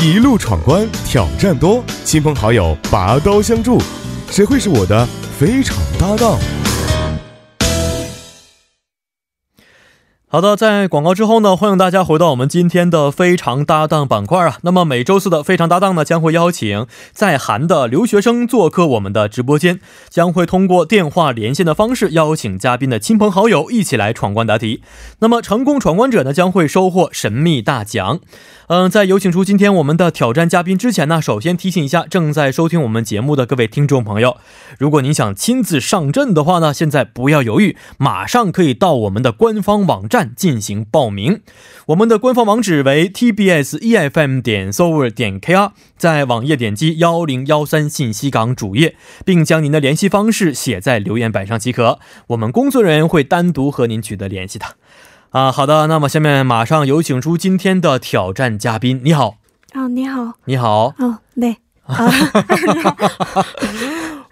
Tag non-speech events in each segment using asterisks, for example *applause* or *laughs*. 一路闯关，挑战多，亲朋好友拔刀相助，谁会是我的非常搭档？好的，在广告之后呢，欢迎大家回到我们今天的非常搭档板块啊。那么每周四的非常搭档呢，将会邀请在韩的留学生做客我们的直播间，将会通过电话连线的方式邀请嘉宾的亲朋好友一起来闯关答题。那么成功闯关者呢，将会收获神秘大奖。嗯，在有请出今天我们的挑战嘉宾之前呢，首先提醒一下正在收听我们节目的各位听众朋友，如果您想亲自上阵的话呢，现在不要犹豫，马上可以到我们的官方网站进行报名。我们的官方网址为 tbs efm E 点 s o u r 点 kr，在网页点击幺零幺三信息港主页，并将您的联系方式写在留言板上即可，我们工作人员会单独和您取得联系的。啊，好的，那么下面马上有请出今天的挑战嘉宾。你好，啊你好你好，哦네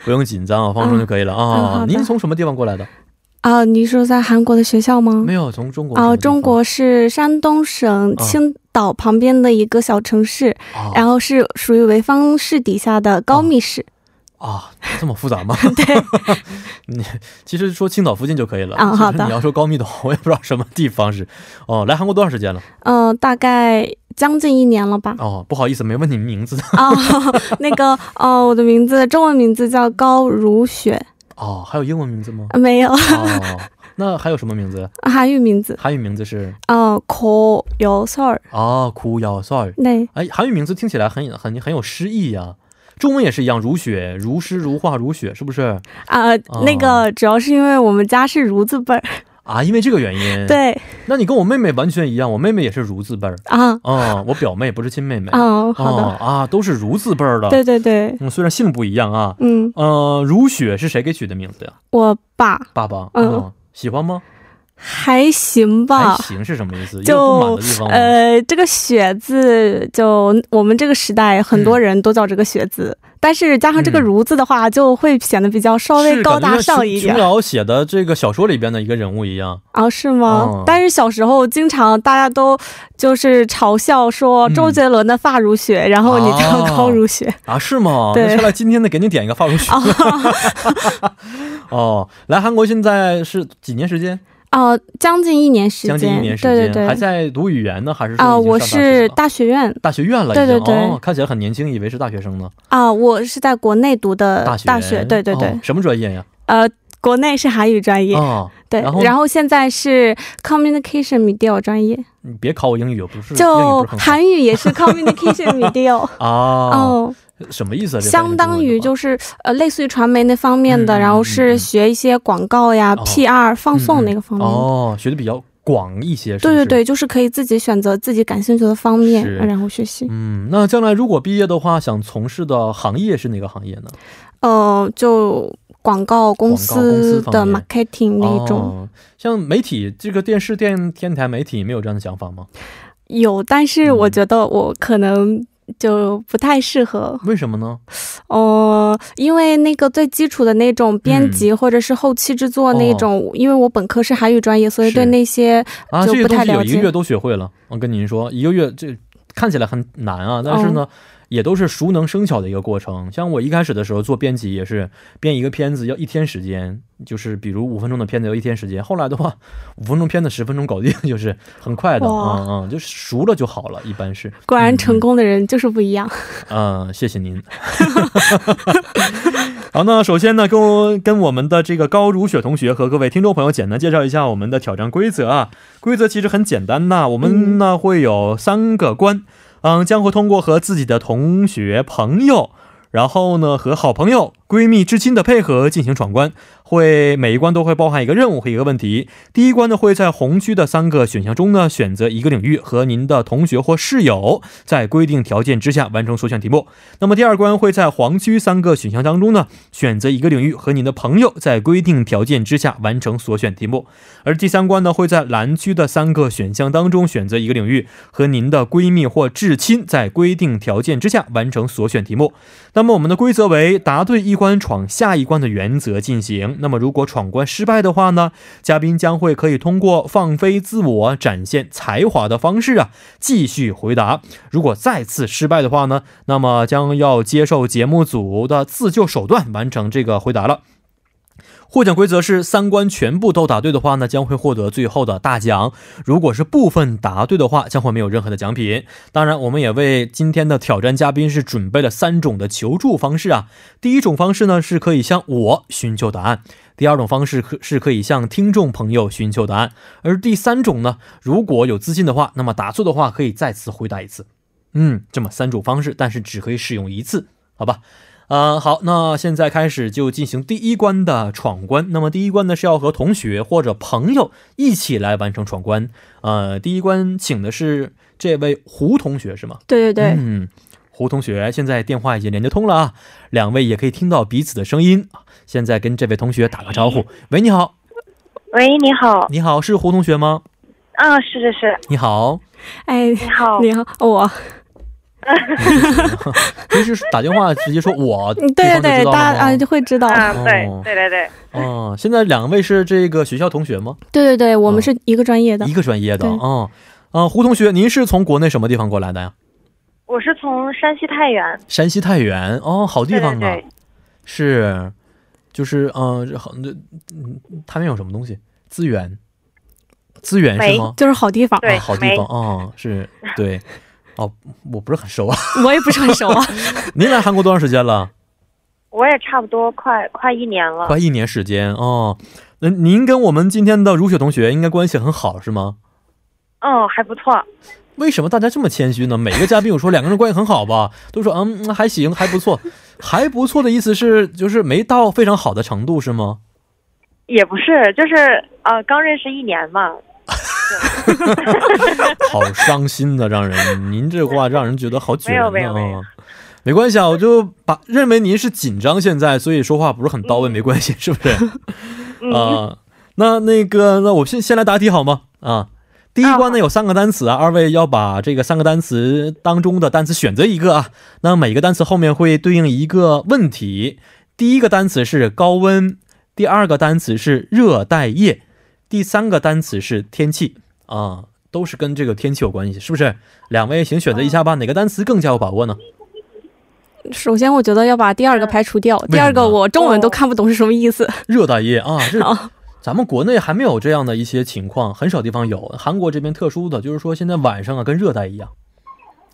不用紧张啊，放松就可以了嗯啊。好的您是从什么地方过来的？啊你说在韩国的学校吗没有，从中国啊什么地方嗯中国是山东省青岛旁边的一个小城市啊然后是属于潍坊市底下的高密市啊，这么复杂吗？ *laughs* 对 *laughs* 你其实说青岛附近就可以了。啊好的其实你要说高密岛，我也不知道什么地方是。哦，来韩国多长时间了？嗯、呃大概将近一年了吧哦，不好意思，没问你名字。啊、 *laughs* 那个哦，我的名字中文名字叫高如雪，哦，还有英文名字吗？呃没有哦，那还有什么名字？韩语名字，韩语名字是哦，口有事儿，啊，哭要 sorry。对，哎，韩语名字听起来很很很有诗意呀、中文也是一样，如雪、如诗、如画、如雪，是不是？啊、哦那个主要是因为我们家是如字辈儿，啊，因为这个原因。。 *laughs* 对，那你跟我妹妹完全一样，我妹妹也是如字辈儿。啊，啊，我表妹不是亲妹妹。哦，好的，啊啊，都是如字辈儿的。对。对对，嗯，虽然姓不一样啊。嗯，呃，如雪是谁给取的名字呀？我爸爸爸。嗯喜欢吗？还行吧还。行是什么意思？就有不满的地方吗？呃，这个“雪”字，就我们这个时代很多人都叫这个“雪”字、但是加上这个“嗯如”字的话，就会显得比较稍微是高感觉大像上一点琼。瑶写的这个小说里边的一个人物一样。啊，是吗、嗯但是小时候经常大家都就是嘲笑说嗯周杰伦的发如雪，然后你叫啊高如雪。啊，是吗？对那下来今天呢，给你点一个发如雪。 *laughs* 哦，来韩国现在是几年时间？哦、将近一年时将间，近一年时间，对对对。还在读语言呢，还是说啊、已经我上大学是了大学院大学院了，已经对对对哦，看起来很年轻，以为是大学生呢。啊、我是在国内读的大学，呃对对对哦，什么专业呀？呃，国内是韩语专业，啊，对然后现在是 communication media 专业，你别考我英语，我不是嗯英就语不是很好韩语也是 communication *laughs* media，啊，哦，什么意思啊？这翻译相成当中文的于话就是呃，类似于传媒那方面的，嗯然嗯后嗯是学一些广告呀、哦 PR 放送那个方面。哦，学的比较广一些，是不对是对对，就是可以自己选择自己感兴趣的方面是，然后学习。嗯，那将来如果毕业的话，想从事的行业是哪个行业呢？呃，就广告公司广告的公司方面 marketing 那一种、哦、像媒体这个电视电电台媒体没有这样的想法吗？有，但是嗯我觉得我可能就不太适合。为什么呢？哦，因为那个最基础的那种嗯编辑或者是后期制作那种，因为我本科是韩语专业，所以哦是对那些啊，就这些不东太西有了一解个月都学会了。我跟您说，一个月这看起来很难哦啊，但是呢。也都是熟能生巧的一个过程。像我一开始的时候做编辑，也是编一个片子要一天时间，就是比如五分钟的片子要一天时间。后来的话，五分钟片子十分钟搞定， *laughs* 就是很快的，哇嗯嗯，就熟了就好了，一般是。嗯果然嗯成功的人就是不一样。 *laughs* 嗯，谢谢您。 *laughs* 好，那首先呢，跟我跟我们的这个高如雪同学和各位听众朋友简单介绍一下我们的挑战规则啊。规则其实很简单呐、我们呢会有三个关，嗯，将会通过和自己的同学、朋友，然后呢和好朋友、闺蜜、至亲的配合进行闯关。会每一关都会包含一个任务和一个问题。第一关呢会在红区的三个选项中呢选择一个领域和您的同学或室友在规定条件之下完成所选题目。那么第二关会在黄区三个选项当中呢选择一个领域和您的朋友在规定条件之下完成所选题目。而第三关呢会在蓝区的三个选项当中选择一个领域和您的闺蜜或至亲在规定条件之下完成所选题目。那么我们的规则为答对一关闯下一关的原则进行。那么，如果闯关失败的话呢，嘉宾将会可以通过放飞自我、展现才华的方式啊，继续回答。如果再次失败的话呢，那么将要接受节目组的自救手段完成这个回答了。获奖规则是三关全部都答对的话呢，将会获得最后的大奖；如果是部分答对的话，将会没有任何的奖品。当然，我们也为今天的挑战嘉宾是准备了三种的求助方式啊。第一种方式呢，是可以向我寻求答案；第二种方式可是可以向听众朋友寻求答案；而第三种呢，如果有自信的话，那么答错的话可以再次回答一次。嗯，这么三种方式，但是只可以使用一次，好吧？啊、好，那现在开始就进行第一关的闯关。那么第一关呢是要和同学或者朋友一起来完成闯关。呃，第一关请的是这位胡同学是吗？对对对，嗯，胡同学，现在电话已经连接通了啊，两位也可以听到彼此的声音。现在跟这位同学打个招嗯呼。喂，你好，喂，你好，你好，是胡同学吗？啊，是是是，你好，哎，你好，你好，我，平时打电话直接说 *laughs* 我，嗯对对对对，大家啊就会知道，啊，对哦对对对，哦、现在两位是这个学校同学吗？对对对，我哦们是一个专业的一，个专业的对啊。啊，胡同学，您是从国内什么地方过来的呀？我是从山西太原，山西太原哦，好地对方对啊，对，是，就是嗯，这好，这嗯，他们有什么东西？资源，资源是煤吗？就是好地方，对啊，好地煤方啊、是， *laughs* 对，哦，我不是很熟啊。我也不是很 *laughs* 熟啊。您来韩国多长时间了？我也差不多快快一年了，快一年时间哦。那您跟我们今天的如雪同学应该关系很好是吗？嗯，还不错，为什么大家这么谦虚呢？每个嘉宾我说两个人关系很好吧，都说嗯还行还不错，还不错的意思是就是没到非常好的程度是吗？也不是，就是呃，刚认识一年嘛，好伤心的，让人您这话让人觉得好没卷有呢、没有没有啊。没关系啊，我就把认为您是紧张现在，所以说话不是很到位，嗯没关系，是不是？啊、嗯，那那个，那我先先来答题好吗？啊，第一关呢有三个单词啊，二位要把这个三个单词当中的单词选择一个啊。那每个单词后面会对应一个问题，第一个单词是高温，第二个单词是热带夜，第三个单词是天气啊，都是跟这个天气有关系，是不是？两位请选择一下吧，哪个单词更加有把握呢？首先，我觉得要把第二个排除掉，第二为个什么我中文都看不懂是什么意思。热带夜 *laughs* 啊，这好咱们国内还没有这样的一些情况，很少地方有。韩国这边特殊的就是说，现在晚上啊跟热带一样，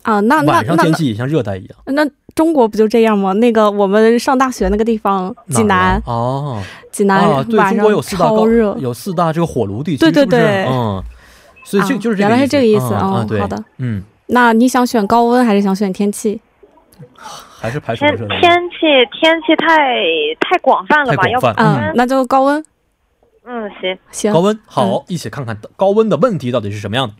啊，那那晚那上天那气也像热带一样。那中国不就这样吗？那个我们上大学那个地方，哪济儿南啊，哦，济啊，南对，晚中国有上四大超高热。有四大这个火炉地区，对对是不是对嗯，所以就啊就是这个原来是这个意思啊啊哦对，好的，嗯，那你想选高温还是想选天气？还是排除天热带夜。天气天气太太广泛了吧，太要广不泛嗯，然那就高温。嗯行，行高，温好，一起看看高温的问题到底是什么样的。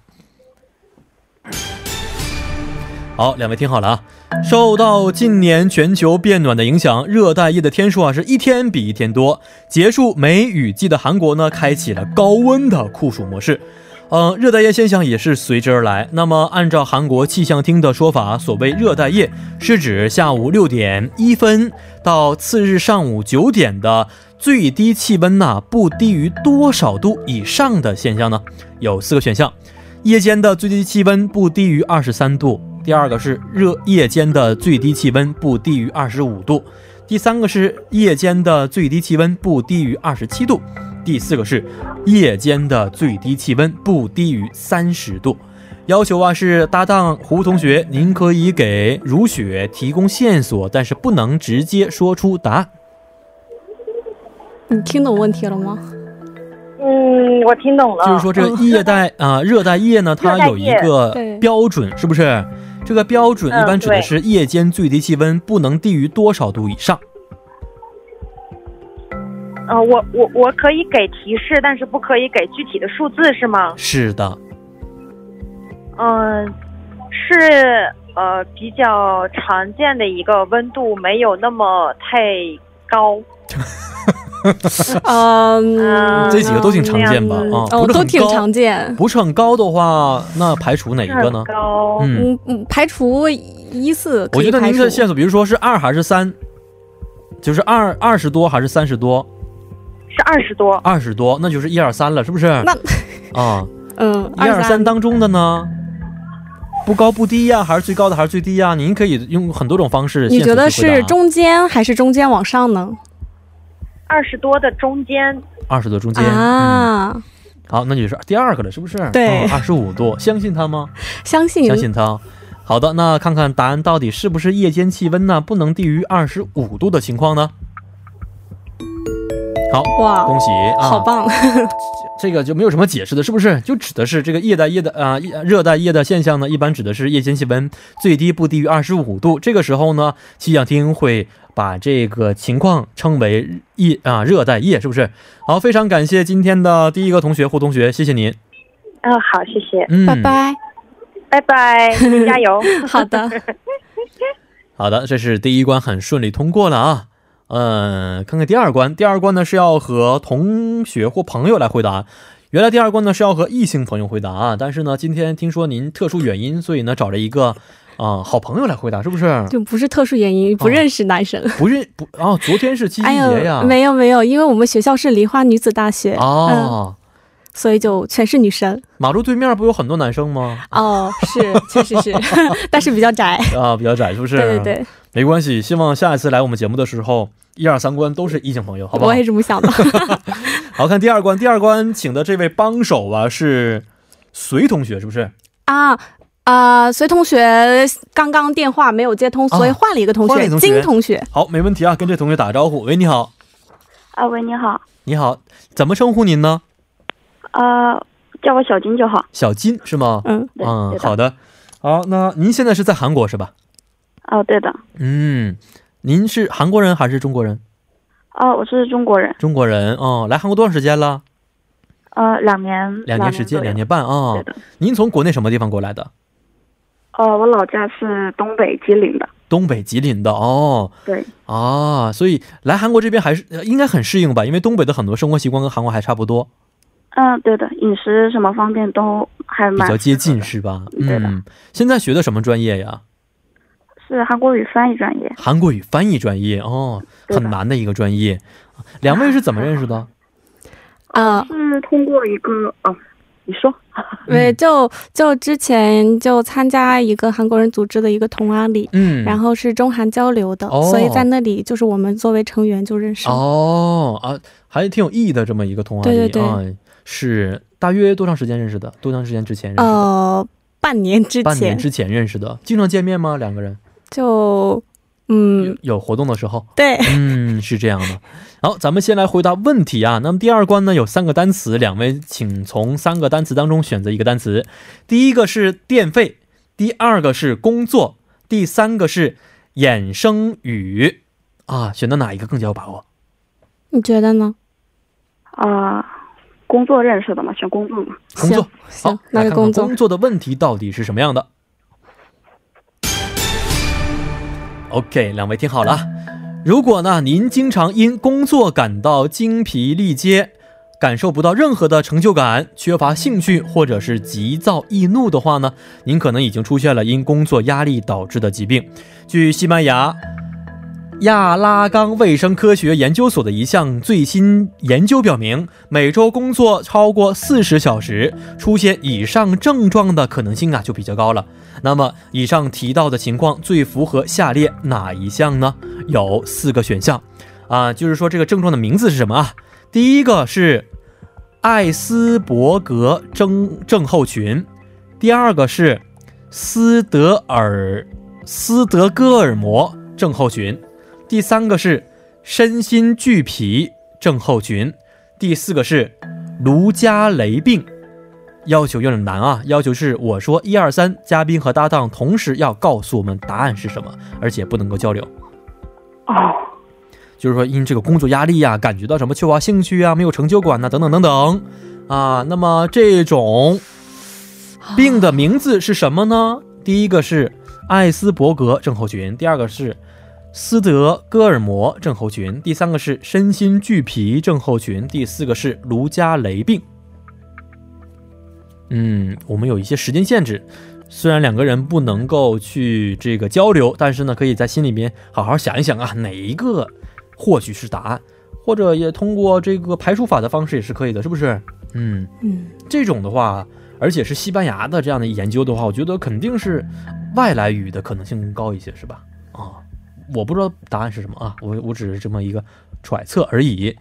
好，两位听好了啊！受到近年全球变暖的影响，热带夜的天数啊是一天比一天多。结束梅雨季的韩国呢，开启了高温的酷暑模式。嗯，热带夜现象也是随之而来。那么，按照韩国气象厅的说法，所谓热带夜是指下午六点一分到次日上午九点的最低气温呐、不低于多少度以上的现象呢？有四个选项：夜间的最低气温不低于二十三度；第二个是热夜间的最低气温不低于二十五度；第三个是夜间的最低气温不低于二十七度；第四个是夜间的最低气温不低于三十度。要求啊是搭档胡同学，您可以给如雪提供线索，但是不能直接说出答案。你听懂问题了 *laughs* 吗？嗯，我听懂了，就是说，这个夜带啊、热带夜呢，它有一个热带夜对标准，是不是？这个标准一般指的是夜间最低气温不能低于多少度以上。嗯、我我我可以给提示，但是不可以给具体的数字是吗？是的，嗯，是呃比较常见的一个温度，没有那么太高。呃嗯，这几个都挺常见吧？嗯啊、哦，不是都很挺高，常见。不是很高的话，那排除哪一个呢很？高，嗯，嗯嗯，排除一四可我以觉得排您除的。线索，比如说是二还是三，就是二二十多还是三十多？是二十多，二十多，那就是一二三了，是不是？那 *laughs* 啊，嗯，一二三当中的呢？不高不低呀、还是最高的还是最低呀、您可以用很多种方式。你觉得是中间还是中间往上呢？二十多的中间，二十多中间？嗯啊，好，那就是第二个了，是不是？对嗯二十五度，相信他吗？相信相信他。好的，那看看答案到底是不是夜间气温呢不能低于二十五度的情况呢？好，哇，恭喜啊！好棒！这个就没有什么解释的，是不是？就指的是这个液带液的啊、液热带液的现象呢，一般指的是夜间气温最低不低于二十五度。这个时候呢，气象厅会把这个情况称为液啊、热带液，是不是？好，非常感谢今天的第一个同学胡同学，谢谢您。嗯，好，谢谢，嗯，拜。拜。拜拜，加油。好的，好的，这是第一关很顺利通过了啊。嗯，看看第二关，第二关呢是要和同学或朋友来回答。原来第二关呢是要和异性朋友回答啊，但是呢，今天听说您特殊原因，所以呢找了一个啊、好朋友来回答，是不是？就不是特殊原哦因，不认识男生。不认不哦，昨天是七夕哎节呀呦，，没有没有，因为我们学校是梨花女子大学，嗯哦、所以就全是女生。马路对面不有很多男生 *laughs* 吗？哦，是，确实是， *laughs* 但是比较窄。啊，比较窄，是不是？对对，对，没关系，希望下一次来我们节目的时候，一二三关都是异性朋友，好不好我？也这么想的。好看第二关，第二关请的这位帮手啊是隋同学，是不是？啊啊、隋同学刚刚电话没有接通，所以啊换了一个同换了学，一个同学金同学。好，没问题啊，跟这同学打个招呼。喂，你好，啊，喂，你好，你好，怎么称呼您呢？啊，叫我小金就好。小金是吗？嗯，对，嗯，对好的，的。好，那您现在是在韩国是吧？哦，对的，嗯，您是韩国人还是中国人？哦，我是中国人，中国人哦，来韩国多长时间了？呃，两年，两年时间，左右两，年半啊、对的。您从国内什么地方过来的？哦，我老家是东北吉林的，东北吉林的哦对，啊，所以来韩国这边还是呃应该很适应吧，因为东北的很多生活习惯跟韩国还差不多。嗯，对的，饮食什么方面都还比蛮较接近是吧？对的嗯，现在学的什么专业呀？是韩国语翻译专业。韩国语翻译专业哦，对的很难的一个专业。两位是怎么认识的？哦啊，是通过一个哦，你说对，嗯就就之前就参加一个韩国人组织的一个同阿里，嗯，然后是中韩交流的、哦所以在那里就是我们作为成员就认识了。哦啊，还挺有意义的这么一个同行对对啊，是大约多长时间认识的？多长时间之前认识的？呃，半年之半年前之前认识的，经常见面吗？两个人就嗯，有活动的时候，对，嗯，是这样的。好，咱们先来回答问题啊。那么第二关呢，有三个单词，两位请从三个单词当中选择一个单词。第一个是电费，第二个是工作，第三个是衍生语啊。选择哪一个更加有把握？你觉得呢？啊、工作认识的嘛，选工作嘛。工作。好行，行，那来看看就工作工。作的问题到底是什么样的？OK，两位听好了啊。如果呢，您经常因工作感到精疲力竭，感受不到任何的成就感，缺乏兴趣，或者是急躁易怒的话呢，您可能已经出现了因工作压力导致的疾病。据西班牙亚拉冈卫生科学研究所的一项最新研究表明，每周工作超过四十小时，出现以上症状的可能性啊就比较高了。那么，以上提到的情况最符合下列哪一项呢？有四个选项，啊，就是说这个症状的名字是什么啊？第一个是艾斯伯格症症候群，第二个是斯德尔斯德哥尔摩症候群，第三个是身心俱疲症候群，第四个是卢加雷病。要求有点难啊，要求是我说一二三，嘉宾和搭档同时要告诉我们答案是什么，而且不能够交流。哦，就是说因这个工作压力呀、感觉到什么缺乏兴趣啊、没有成就感呐、等等等等啊。那么这种病的名字是什么呢？第一个是艾斯伯格症候群，第二个是斯德哥尔摩症候群，第三个是身心俱疲症候群，第四个是卢加雷病。嗯，我们有一些时间限制，虽然两个人不能够去这个交流，但是呢，可以在心里面好好想一想啊，哪一个或许是答案，或者也通过这个排除法的方式也是可以的，是不是？嗯，嗯，这种的话，而且是西班牙的这样的研究的话，我觉得肯定是外来语的可能性更高一些，是吧？啊，我不知道答案是什么啊，我我只是这么一个揣测而已。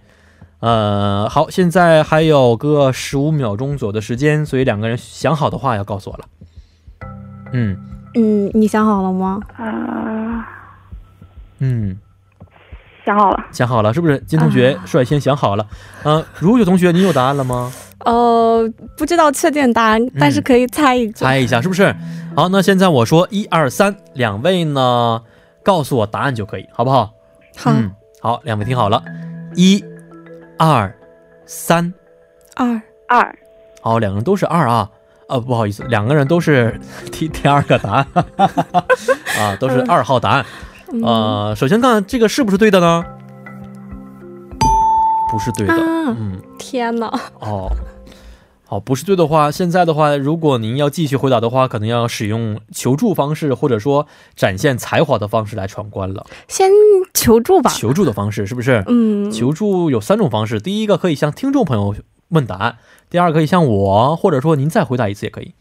呃，好，现在还有个十五秒钟左右的时间，所以两个人想好的话要告诉我了。嗯嗯，你想好了吗？呃，嗯，想好了，想好了是不是？金同学率先想好了。嗯、如雪同学，你有答案了吗？呃，不知道确定答案，但是可以猜一个。猜一下是不是？好，那现在我说一二三，两位呢告诉我答案就可以，好不好？好，嗯，好，两位听好了，一、二、三，二嗯二好，两个人都是二啊。呃，不好意思，两个人都是 *laughs* 第第二个答案， *laughs* 啊，都是二号答案。嗯呃，首先看这个是不是对的呢？不是对的，啊嗯，天哪，哦，好，不是对的话，现在的话，如果您要继续回答的话，可能要使用求助方式，或者说展现才华的方式来闯关了。先求助吧。求助的方式是不是？嗯，求助有三种方式，第一个可以向听众朋友问答案，第二个可以向我，或者说您再回答一次也可以。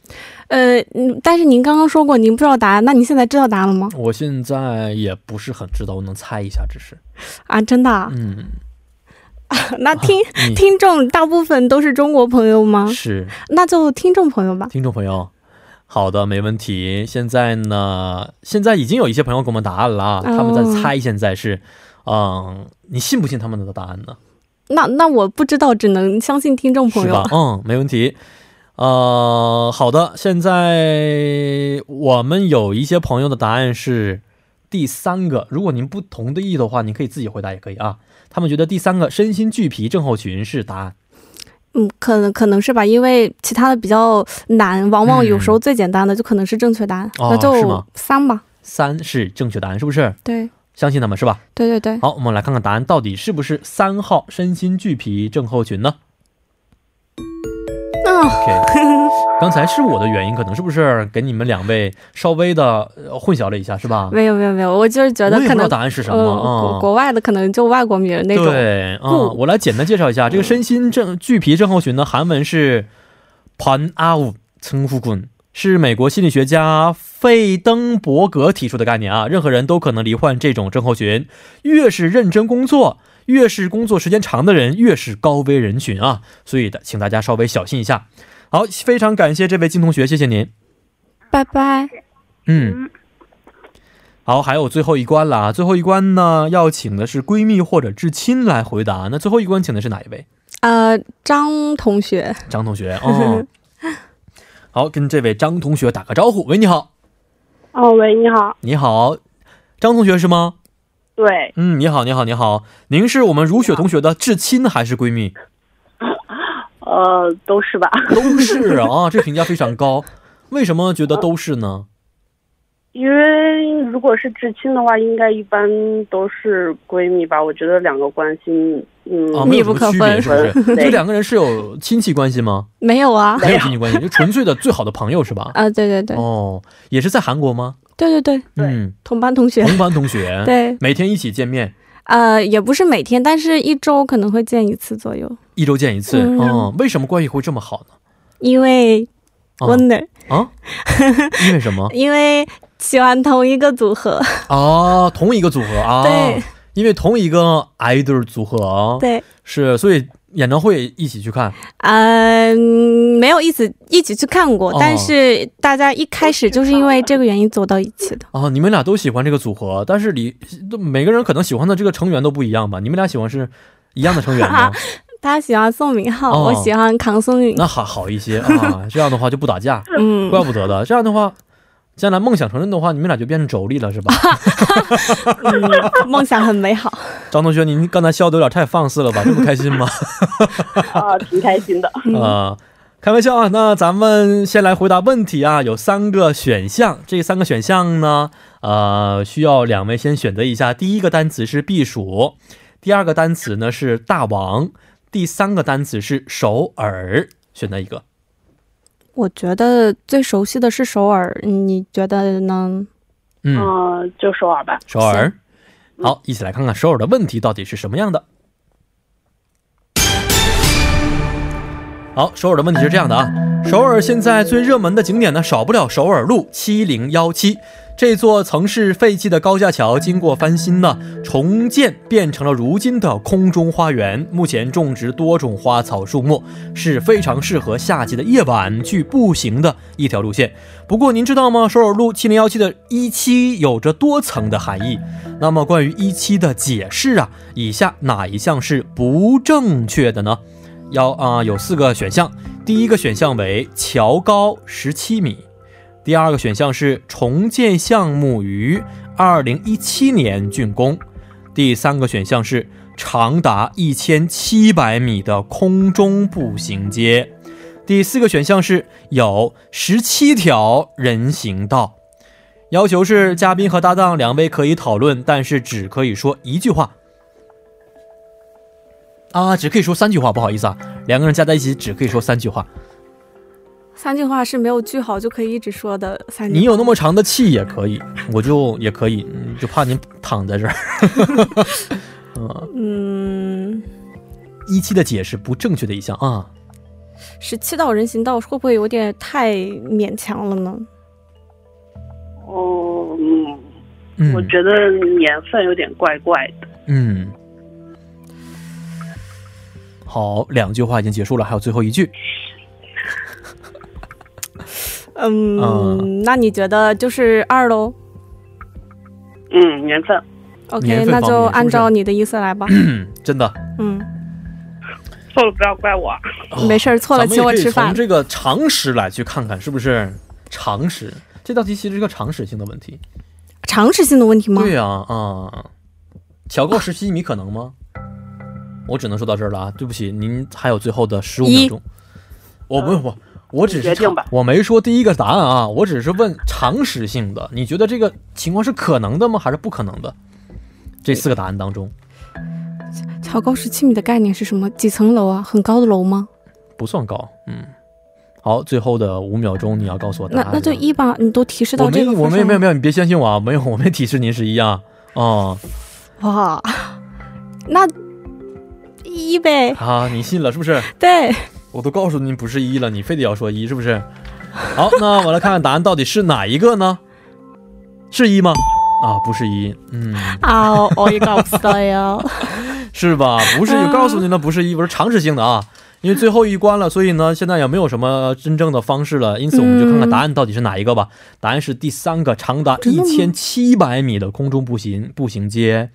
呃，嗯但是您刚刚说过您不知道答案，那您现在知道答案了吗？我现在也不是很知道，我能猜一下，只是，啊，真的、啊？嗯，啊那听、你听众大部分都是中国朋友吗？是那就听众朋友 *laughs* 吧。听众朋友。好的，没问题。现在呢，现在已经有一些朋友给我们答案了哦啊，他们在猜，现在是，嗯，你信不信他们的答案呢？那那我不知道，只能相信听众朋是友吧了。？嗯，没问题。呃，好的，现在我们有一些朋友的答案是第三个。如果您不同意的话，您可以自己回答也可以啊。他们觉得第三个身心俱疲症候群是答案。嗯，可能可能是吧，因为其他的比较难，往往嗯有时候最简单的就可能是正确答案，哦那是就吗三吧。三是正确答案，是不是？对相信他们是吧？对对 *laughs* 对，好，我们来看看答案到底是不是三号身心俱疲症候群呢嗯、 ？OK，刚 *laughs* 才是我的原因，可能是不是给你们两位稍微的混淆了一下，是吧？没有没有没有，我就是觉得啊我也可不知道能答案是什么呃啊、国国外的可能就外国名儿那种。对，嗯故，我来简单介绍一下这个身心症巨皮症候群呢，韩文是 pan out 称呼滚。是美国心理学家费登伯格提出的概念啊，任何人都可能罹患这种症候群。越是认真工作，越是工作时间长的人，越是高危人群啊。所以的，请大家稍微小心一下。好，非常感谢这位金同学，谢谢您。拜拜。嗯，好，还有最后一关了啊！最后一关呢，要请的是闺蜜或者至亲来回答。那最后一关请的是哪一位？呃，张同学，张同 *laughs* 学哦。好，跟这位张同学打个招呼。喂，你好，哦，喂，你好。你好，张同学是吗？对，嗯，你好，你好，你好，您是我们如雪同学的至亲还是闺蜜？呃，都是吧， *laughs* 都是 *laughs* 啊，这评价非常高。为什么觉得都是呢？因为如果是至亲的话，应该一般都是闺蜜吧。我觉得两个关系，嗯，啊，没有密不什么区别，可分是不是？对这两个人是有亲戚关系 *laughs* 吗？没有 *laughs* 啊？没有亲戚关系，就纯粹的最好的朋友是吧？啊，对对对，哦，也是在韩国吗？对对对，对嗯，同班同学。同班同学，， *laughs* 对，每天一起见面，呃，也不是每天，但是一周可能会见一次左右，一周见一次。嗯嗯，为什么关系会这么好呢？因为啊 Wonder，、啊，因为什 *laughs* 么？因为喜欢同一个组合，哦，同一个组合啊，对，因为同一个 idol 组合啊，对，是，所以演唱会一起去看，嗯、没有一起一起去看过、哦但是大家一开始就是因为这个原因走到一起的。啊，你们俩都喜欢这个组合，但是你都每个人可能喜欢的这个成员都不一样吧？你们俩喜欢是一样的成员 *laughs* 吗？他喜欢宋明浩，哦我喜欢康松允，那好好一些啊， *laughs* 这样的话就不打架，嗯，怪不得的。这样的话，将来梦想成真的话，你们俩就变成妯娌了，是吧？ *laughs* 梦想很美好。张同学，您刚才笑的有点太放肆了吧？这么开心吗？啊，挺开心的。呃，开玩笑啊。那咱们先来回答问题啊，有三个选项，这三个选项呢，呃，需要两位先选择一下。第一个单词是避暑，第二个单词呢是大王，第三个单词是首尔，选择一个。我觉得最熟悉的是首尔，你觉得呢？嗯，啊嗯，就首尔吧。首尔。好，一起来看看首尔的问题到底是什么样的。好，首尔的问题是这样的啊，首尔现在最热门的景点呢，少不了首尔路七零幺七。这座曾是废弃的高架桥，经过翻新呢，重建变成了如今的空中花园。目前种植多种花草树木，是非常适合夏季的夜晚去步行的一条路线。不过您知道吗？首尔路七零幺七的一期有着多层的含义。那么关于一期的解释啊，以下哪一项是不正确的呢？要啊、有四个选项，第一个选项为桥高十七米。第二个选项是重建项目于二零一七年竣工，第三个选项是长达一千七百米的空中步行街，第四个选项是有十七条人行道。要求是嘉宾和搭档两位可以讨论，但是只可以说一句话。啊，只可以说三句话，不好意思啊，两个人加在一起只可以说三句话。三句话是没有句号就可以一直说的三句话。你有那么长的气也可以，我就也可以，嗯就怕您躺在这儿。嗯，一期的解释不正确的一项啊，十七道人行道会不会有点太勉强了呢？哦，嗯，嗯，我觉得年份有点怪怪的。嗯，好，两句话已经结束了，还有最后一句， *laughs* 嗯，嗯那你觉得就是二喽嗯，年份。 ？OK，年份那方面是不就是按照你的意思来吧。嗯，真的嗯，错了，不要怪我。没事儿，错了哦咱们请也我可以吃从饭。这个常识来去看看是不是常识。这道题其实是个常识性的问题。常识性的问题吗？对呀、啊，桥高十七米可能吗？我只能说到这儿了啊，对不起，您还有最后的十五秒钟。我不不，我只是嗯决定吧我没说第一个答案啊，我只是问常识性的，你觉得这个情况是可能的吗？还是不可能的？这四个答案当中桥高十七米的概念是什么？几层楼啊？很高的楼吗？不算高，嗯。好，最后的五秒钟你要告诉我答那案。那就一吧，你都提示我到没这个份我上没有没有了没有，你别相信我啊，没有我没提示您是一啊。哦、哇，那一呗，啊，你信了是不是？对，我都告诉你不是一了，你非得要说一，是不是？好，那我来看看答案到底是哪一个呢？是一吗？啊，不是一，嗯，啊，我也搞不到呀。是吧？不是，嗯就告诉您了，不是一，我是常识性的啊。因为最后一关了，所以呢，现在也没有什么真正的方式了，因此我们就看看答案到底是哪一个吧。答案是第三个，长达真一的吗千七百米的空中步行步行街，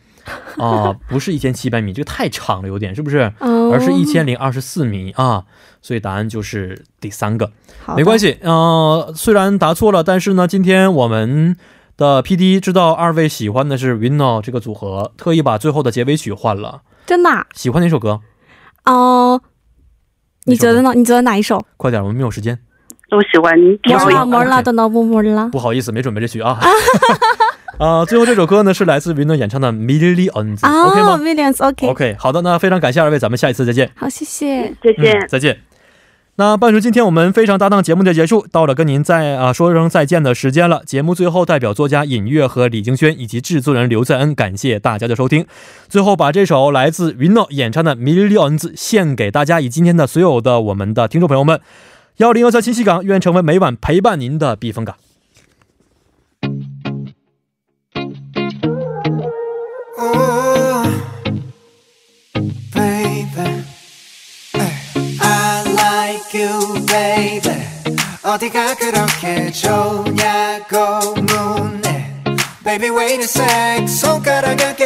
啊，不是一千七百米，这个太长了，有点是不是？嗯，而是一千零二十四米啊，所以答案就是第三个。好的没关系，呃，虽然答错了，但是呢，今天我们的 P D 知道二位喜欢的是 Vino 这个组合，特意把最后的结尾曲换了。真的啊喜欢哪首歌？哦。你你说觉得呢？你觉得哪一首？快点，我们没有时间。我喜欢你摩跳一拉摩拉 OK 的脑波摩拉。不好意思，没准备这曲 *laughs* 啊。啊、最后这首歌呢是来自 Vino 演唱的《Millions》，OK 啊吗，Williams，OK， ？OK，好的，那非常感谢二位，咱们下一次再见。好，谢谢。再见。嗯，再见。那伴随今天我们非常搭档节目的结束，到了跟您再啊、说声再见的时间了。节目最后，代表作家尹月和李京轩以及制作人刘在恩，感谢大家的收听。最后把这首来自云诺演唱的《Millions》献给大家，以及今天的所有的我们的听众朋友们。幺零幺三信息港，愿成为每晚陪伴您的避风港。 Oh, baby. I like you, baby. 어디가 그렇게 좋냐고 묻네. Baby, wait a sec. 손가락 안게